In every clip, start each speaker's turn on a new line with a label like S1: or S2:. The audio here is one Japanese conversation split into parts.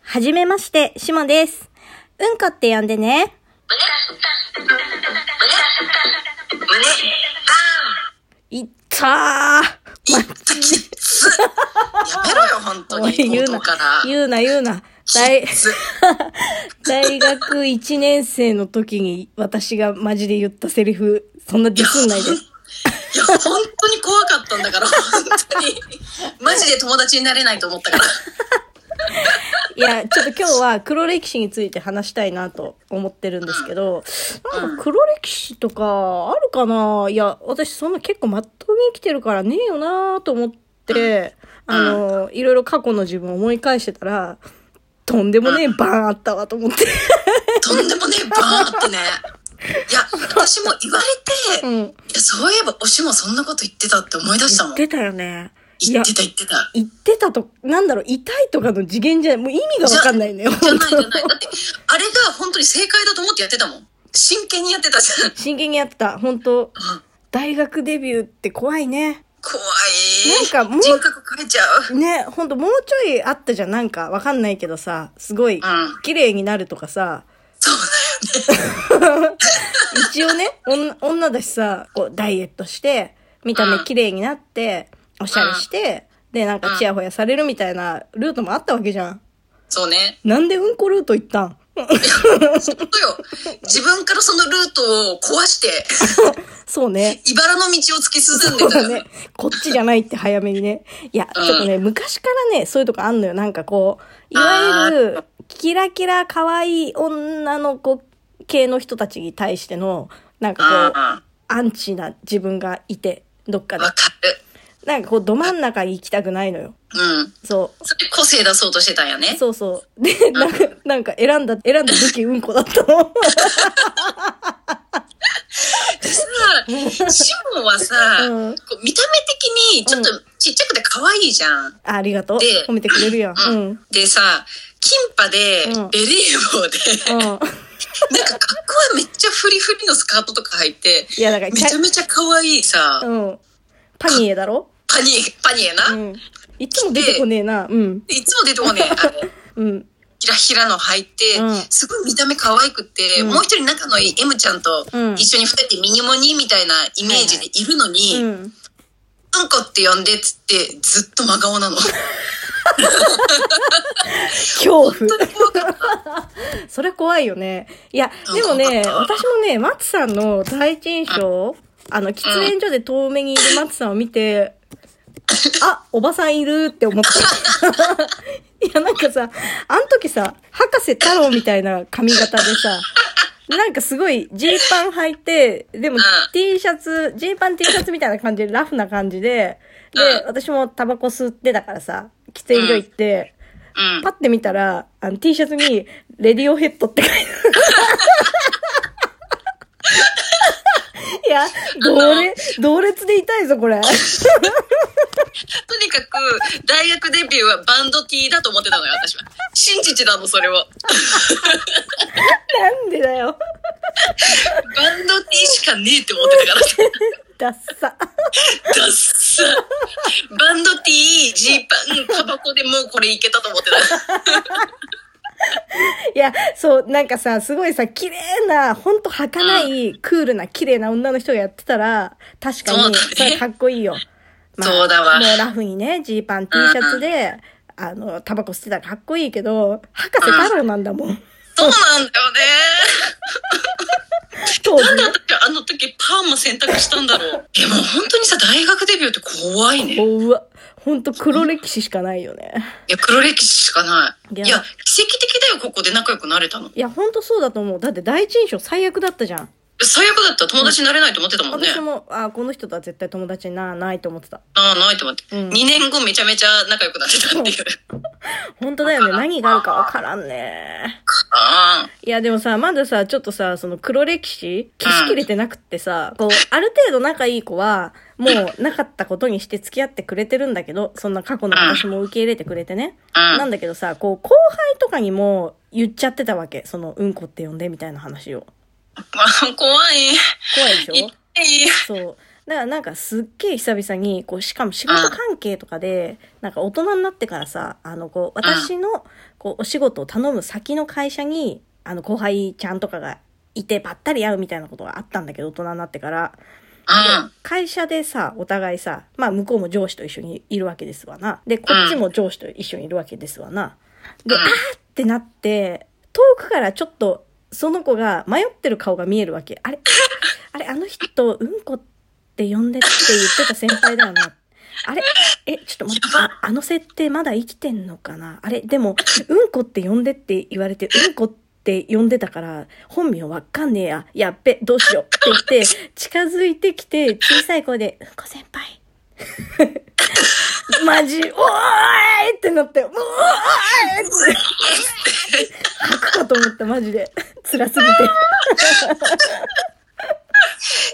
S1: はじめまして、しもです。うんこって呼んでね。いったー
S2: いったきっつ。やめろよ、本当
S1: おい
S2: に。
S1: 言う
S2: 冒
S1: な
S2: 頭から。、
S1: 言うな、言うな。
S2: き
S1: 大
S2: っ、つ
S1: 大学1年生の時に私がマジで言ったセリフ、そんなディスんないで。
S2: いや、本当に怖かったんだから、本当に。マジで友達になれないと思ったから。
S1: いや、ちょっと今日は黒歴史について話したいなと思ってるんですけど、なんか黒歴史とかあるかないや、私そんな結構まっとうに生きてるからねえよなと思って、あの、いろいろ過去の自分を思い返してたら、とんでもねえバーンあったわと思って。
S2: とんでもねえ、バーンってね。いや、私も言われて、
S1: う
S2: い
S1: ん。
S2: や、そういえば、おしもそんなこと言ってたって思い出したもん。
S1: 出たよね。い
S2: 言
S1: や
S2: っ、てた、言ってた。
S1: 言ってたと、なんだろう、痛いとかの次元じゃ、もう意味がわかんないね。
S2: じゃないじゃ
S1: 本
S2: ない。だって、あれが本当に正解だと思ってやってたもん。真剣にやってたじゃん。
S1: 当真剣にやってた。本当
S2: うん
S1: 大学デビューって怖いね。
S2: 怖
S1: なん
S2: い。
S1: かもう
S2: 人格変えちゃう。
S1: ね、ほんともうちょいあったじゃん。なんかわかんないけどさ、すごい
S2: うん、
S1: 綺麗になるとかさ、
S2: そうだよね。
S1: 一応ね、女女だしさ、こう、ダイエットして、見た目綺麗になって、おしゃれして、で、なんかチヤホヤされるみたいなルートもあったわけじゃん。
S2: そうね。
S1: なんでうんこルート行ったん
S2: 本当よ。自分からそのルートを壊して、
S1: そうね。
S2: 茨の道を突き進んで
S1: そう
S2: た
S1: だ
S2: よ
S1: ね
S2: ね。。
S1: こっちじゃないって早めにね。いや、ち
S2: うん
S1: ょっとね、昔からね、そういうとこあんのよ。なんかこう、いわゆる、キラキラ可愛い女の子系の人たちに対しての、なんかこう、
S2: あ
S1: アンチな自分がいて、どっか
S2: あ、
S1: で
S2: わ。かる。
S1: なんかこう、ど真ん中に行きたくないのよ。
S2: うん。
S1: そ
S2: それ個性出そうとしてたんや
S1: う。
S2: ね。
S1: そうそう。で、なんか、なんか選んだ、選んだ武器うんこだったの。
S2: でさ、シモンはさ、
S1: うん
S2: こう見た目的にちょっとちっちゃくて可愛いじゃん。
S1: ありがとう
S2: で。
S1: 褒めてくれるやん。うん。うん。
S2: でさ、キンパで、
S1: うん
S2: ベレー 帽で、なんか格好はめっちゃフリフリのスカートとか履いて、
S1: いや、だから、
S2: めちゃめちゃ可愛いさ、
S1: うん。パニエだろ
S2: パニエ、パニエな。
S1: うん。いつも出てこねえな。うん。
S2: いつも出てもね、あれ。
S1: うん。
S2: ひらひらの履いて、
S1: うん
S2: すごい見た目可愛くて、
S1: うん
S2: もう一人仲のいい M ちゃんと
S1: うん
S2: 一緒に二人でミニモニーみたいなイメージでいるのに、
S1: う
S2: うん
S1: ん。
S2: こって呼んでっつってずっと真顔 なの。
S1: 恐怖。
S2: 怖かった
S1: それ怖いよね。いや、でも
S2: うん
S1: ね、
S2: 怖かっ
S1: 私もね、松さんの第一印象、あの、喫煙所で遠目にいる松さんを見て、あ、おばさんいるって思 った。いや、なんかさ、あの時さ、博士太郎みたいな髪型でさ、なんかすごい、ジーパン履いて、でも
S2: ん
S1: T シャツ、ジーパン T シャツみたいな感じで、ラフな感じで、で
S2: う、ん
S1: 私もタバコ吸ってたからさ、喫煙所行って、
S2: うん。
S1: パッて見たら、あの T シャツに、レディオヘッドって書いてある。いや、同列、同列で痛いぞ、これ。
S2: とにかく、大学デビューはバンド T だと思ってたのよ、私は。信じてたの、それを。
S1: なんでだよ。
S2: バンド T しかねえって思ってたから。
S1: ダッサ。
S2: ダッサ。バンド T、ジーパン、タバコでもうこれいけたと 思ってた。
S1: いや、そう、なんかさ、すごいさ、綺麗な、ほんと儚い、クールな、綺麗な女の人がやってたら、確かに
S2: そうだね、
S1: それかっこいいよ。
S2: そうだわ
S1: もうラフにね、ジーパン、T シャツで、あの、タバコ吸ってたらかっこいいけど、博士太郎なんだもん。
S2: そうなんだよね。
S1: 当時
S2: なんで
S1: ね。
S2: 私あの時パーマ選択したんだ ろう。いやもう本当にさ、大学デビューって怖いね。い
S1: おうわ、ほんと黒歴史しかないよね。
S2: や、黒歴史しかない。
S1: い
S2: い
S1: や
S2: や、奇跡的だよ、ここで仲良くなれたの。
S1: いや、ほんとそうだと思う。だって第一印象最悪だったじゃん。
S2: 最悪だったら友達になれないと思ってたもんね。
S1: 私も、あこの人とは絶対友達にならないと思ってた。
S2: ああ、ないと思って。
S1: うん
S2: 2年後めちゃめちゃ仲良くなってたっていう。
S1: ほんとだよね。何があるかわからんね。
S2: ああ。
S1: いや、でもさ、まださ、ちょっとさ、その黒歴史消しきれてなくってさ、こう、ある程度仲いい子は、もうなかったことにして付き合ってくれてるんだけど、そんな過去の私も受け入れてくれてね。
S2: うん
S1: なんだけどさ、こう、後輩とかにも言っちゃってたわけ。その、うんこって呼んでみたいな話を。
S2: まあ、怖い。
S1: 怖いでしょ
S2: 痛い。
S1: そう。だからなんかすっげえ久々に、こう、しかも仕事関係とかで、なんか大人になってからさ、あの、こう、私の、こう、お仕事を頼む先の会社に、あの、後輩ちゃんとかがいてばったり会うみたいなことがあったんだけど、大人になってから。
S2: うん。
S1: 会社でさ、お互いさ、まあ向こうも上司と一緒にいるわけですわな。で、こっちも上司と一緒にいるわけですわな。で、
S2: うん
S1: あーってなって、遠くからちょっと、その子が迷ってる顔が見えるわけ。あ れ、あれ、あの人、うんこって呼んでって言ってた先輩だよな。あれえ、ちょっと待って、ああの設定まだ生きてんのかなあれでも、うんこって呼んでって言われて、うんこって呼んでたから、本名わかんねえや。やっべ、どうしようって言って、近づいてきて、小さい声で、うんこ先輩。マジ、おーいってなって、おーいって。吐くかと思った、マジで。辛すぎて。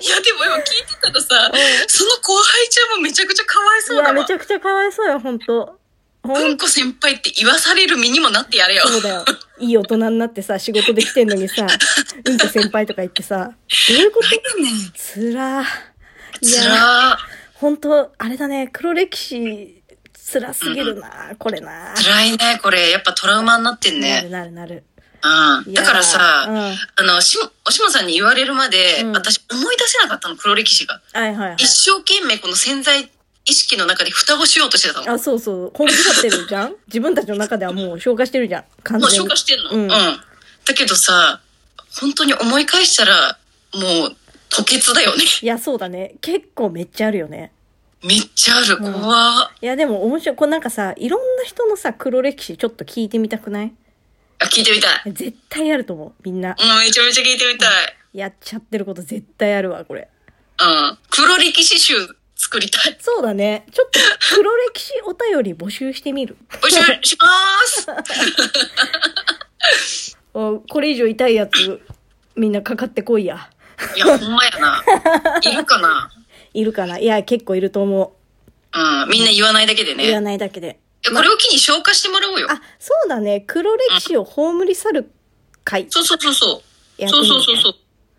S2: いや、でも今聞いてたらさ、その後輩ちゃんもめちゃくちゃかわい
S1: い
S2: そうだ
S1: や、め
S2: わ
S1: ち。ゃくちゃかわいそうよ、ほんと。ほ
S2: うんんこ先輩って言わされる身にもなってやれよ。
S1: そうだよ。いい大人になってさ、仕事できてんのにさ、うんこ先輩とか言ってさ、どういうこと
S2: 何やねん。
S1: つらー。い
S2: つ
S1: やー、
S2: らー。
S1: ほんと、あれだね、黒歴史、つらすぎるな、これな。
S2: 辛いね、これ。やっぱトラウマになってん
S1: なる
S2: ね。
S1: なるなる。
S2: うん。
S1: いや
S2: だからさ、
S1: うん
S2: あの、しも、おしもさんに言われるまで、
S1: うん
S2: 私思い出せなかったの、黒歴史が。
S1: はいはいはい。
S2: 一生懸命この潜在意識の中で蓋をしようとしてたの。
S1: あ、そうそう。本気立ってるじゃ ん自分たちの中ではもう消化してるじゃん。完
S2: もう
S1: 全
S2: 消
S1: に
S2: 化。してんの、
S1: うん
S2: だけどさ、本当に思い返したら、もう、吐血だよね。
S1: いや、そうだね。結構めっちゃあるよね。
S2: めっちゃある、
S1: うん
S2: 怖っ
S1: いや、でも面白い。これなんかさ、いろんな人のさ、黒歴史ちょっと聞いてみたくない
S2: あ、聞いてみたい。
S1: 絶対あると思う。みんな。
S2: うん、めちゃめちゃ聞いてみたい。
S1: やっちゃってること絶対あるわ、これ。
S2: うん。黒歴史集作りたい。
S1: そうだね。ちょっと、黒歴史お便り募集してみる。
S2: おしいしまーす
S1: おこれ以上痛いやつ、みんなかかってこいや。
S2: いや、ほんまやな。いるか
S1: いるかないや、結構いると思
S2: な。うん。みんな言わないだけで
S1: う。言わ
S2: ね。
S1: ないだけで。
S2: えこれを機に消化してもらおうよ。
S1: あ、そうだね。黒歴史を葬り去る会。
S2: そうそうそうそ
S1: や
S2: う。
S1: って
S2: そ
S1: み
S2: う
S1: る
S2: そうそう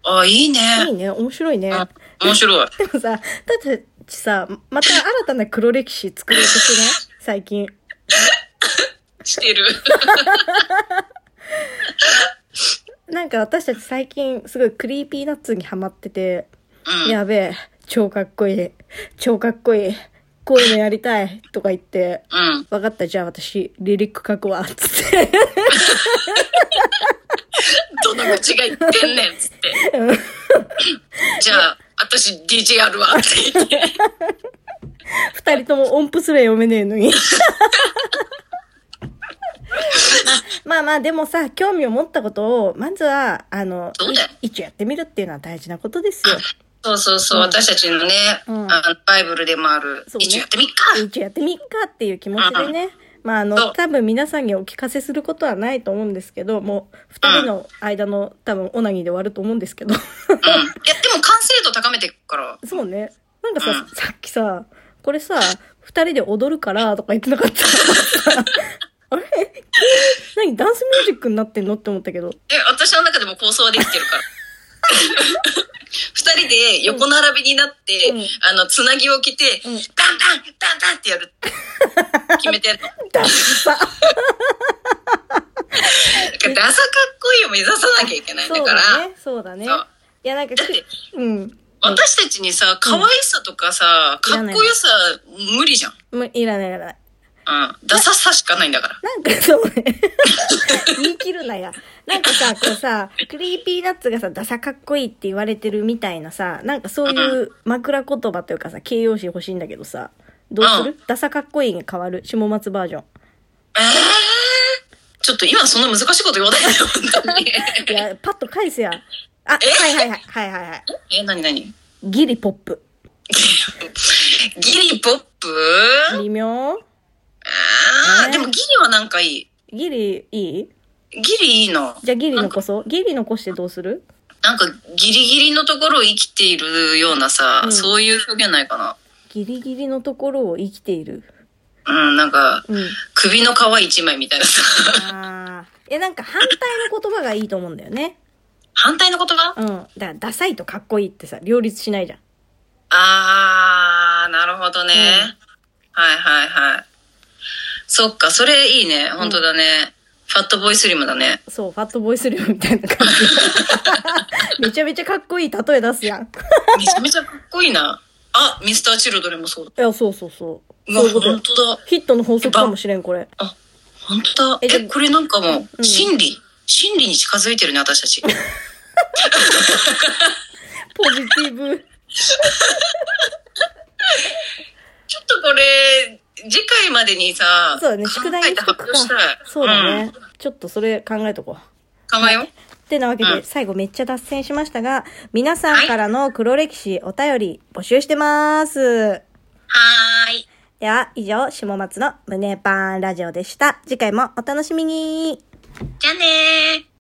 S2: そう。あ、いいね。
S1: いいね。面白いね。
S2: うん面白い。
S1: でもさ、だってさ、また新たな黒歴史作ろうとして ね。最近。
S2: し てる。
S1: なんか私たち最近、すごいクリーピーナッツにハマってて。
S2: うん。
S1: やべえ、超かっこいい、超かっこいい、こういうのやりたい、とか言って、
S2: うん。
S1: わかった、じゃあ私、リリック書くわ、つって。
S2: どの口が言ってんねんっつって。じゃあ、私 DJ やるわって言って。
S1: 二人とも音符すら読めねえの に。まあまあ、でもさ、興味を持ったことを、まずは、あの
S2: そうだよ、
S1: い一応やってみるっていうのは大事なことですよ。
S2: そうそうそう。
S1: うん
S2: 私たちのね、
S1: うん
S2: あのバイブルでもある
S1: そう。ね
S2: 一応やってみっか。
S1: 一応やってみっかっていう気持ちでね。まああ
S2: そ
S1: の、
S2: う
S1: 多分皆さんにお聞かせすることはないと思うんですけど、もう二人の間の多分オナニーで終わると思うんですけど。
S2: うん。いや、でも完成度高めていくから。
S1: そうね。なんかさ、
S2: うん
S1: さっきさ、これさ、二人で踊るからとか言ってなか った。あれ何ダンスミュージックになってんのって思ったけど。
S2: え、私の中でも構想はできて るから。二人で横並びになって、
S1: うん
S2: あの、つなぎを着て、
S1: うん
S2: ダンダンダンダンってやるって決めてるの。
S1: ダンサ
S2: だからダサかっこいいを目指さなきゃいけないん
S1: そ
S2: だ
S1: う
S2: から。
S1: だね。そうだね
S2: そう。
S1: いや、なんか
S2: だって、
S1: うん。
S2: 私たちにさ、可愛さとかさ、
S1: いら
S2: かっ
S1: ない
S2: こよさ、無理じゃん。
S1: もういらないいらない。
S2: うん。ダサさしかないんだから。
S1: なんかそうね。 言い切るなや。なんかさ、こうさ、クリーピーナッツがさ、ダサかっこいいって言われてるみたいなさ、なんかそういう枕言葉というかさ、形容詞欲しいんだけどさ、どうする、
S2: う
S1: ダサかっこいいに変わる。下松バージョン。
S2: えー、ちょっと今そんな難しいこと言わないでよ、本当に。
S1: いや、パッと返せや。あ、はいはいはい、はいはいはい。
S2: え、なになに
S1: ギリポップ。
S2: ギリポップ
S1: 微妙
S2: あ
S1: え
S2: ー
S1: ー
S2: でもギリはなんかいい。
S1: ギリいい
S2: ギリいいの。
S1: じゃあギリ残そう。ギリ残してどうする
S2: なんかギリギリのところを生きているようなさ、
S1: うん
S2: そういう表現ないかな。
S1: ギリギリのところを生きている。
S2: うん、なんか、
S1: うん。
S2: 首の皮一枚みたいなさ。
S1: ああ。いや、なんか反対の言葉がいいと思うんだよね。
S2: 反対の言葉
S1: うん。だから、ダサいとかっこいいってさ、両立しないじゃん。
S2: あー、なるほどね。
S1: うん
S2: はいはいはい。そっか、それいいね。本当だね。ファットボーイスリムだね。
S1: そう、ファットボーイスリムみたいな感じ。めちゃめちゃかっこいい例え出すやん。い
S2: めちゃめちゃかっこいいな。あ、ミスターチルドレンもそうだ。
S1: や、そうそうそう。
S2: うわ、
S1: そういうこと
S2: 本。当だ。
S1: ヒットの法則かもしれん、これ。
S2: あ、本当だ。
S1: えじゃ
S2: え、これなんかも
S1: うん
S2: う、真理、真理に近づいてるね、私たち。
S1: ポジティブ。
S2: ちょっとこれ、次回までにさ、
S1: そうだね、
S2: 考
S1: 宿題
S2: え
S1: にしてと
S2: 発
S1: く
S2: 表
S1: か
S2: したい。。
S1: そうだね
S2: ん。。
S1: ちょっとそれ考えとこう。
S2: 考えよう。
S1: ってなわけで、
S2: うん
S1: 最後めっちゃ脱線しましたが、皆さんからの黒歴史お便り募集してます。
S2: はーい。
S1: では、以上、下松の胸パンラジオでした。次回もお楽しみに。
S2: じゃあねー。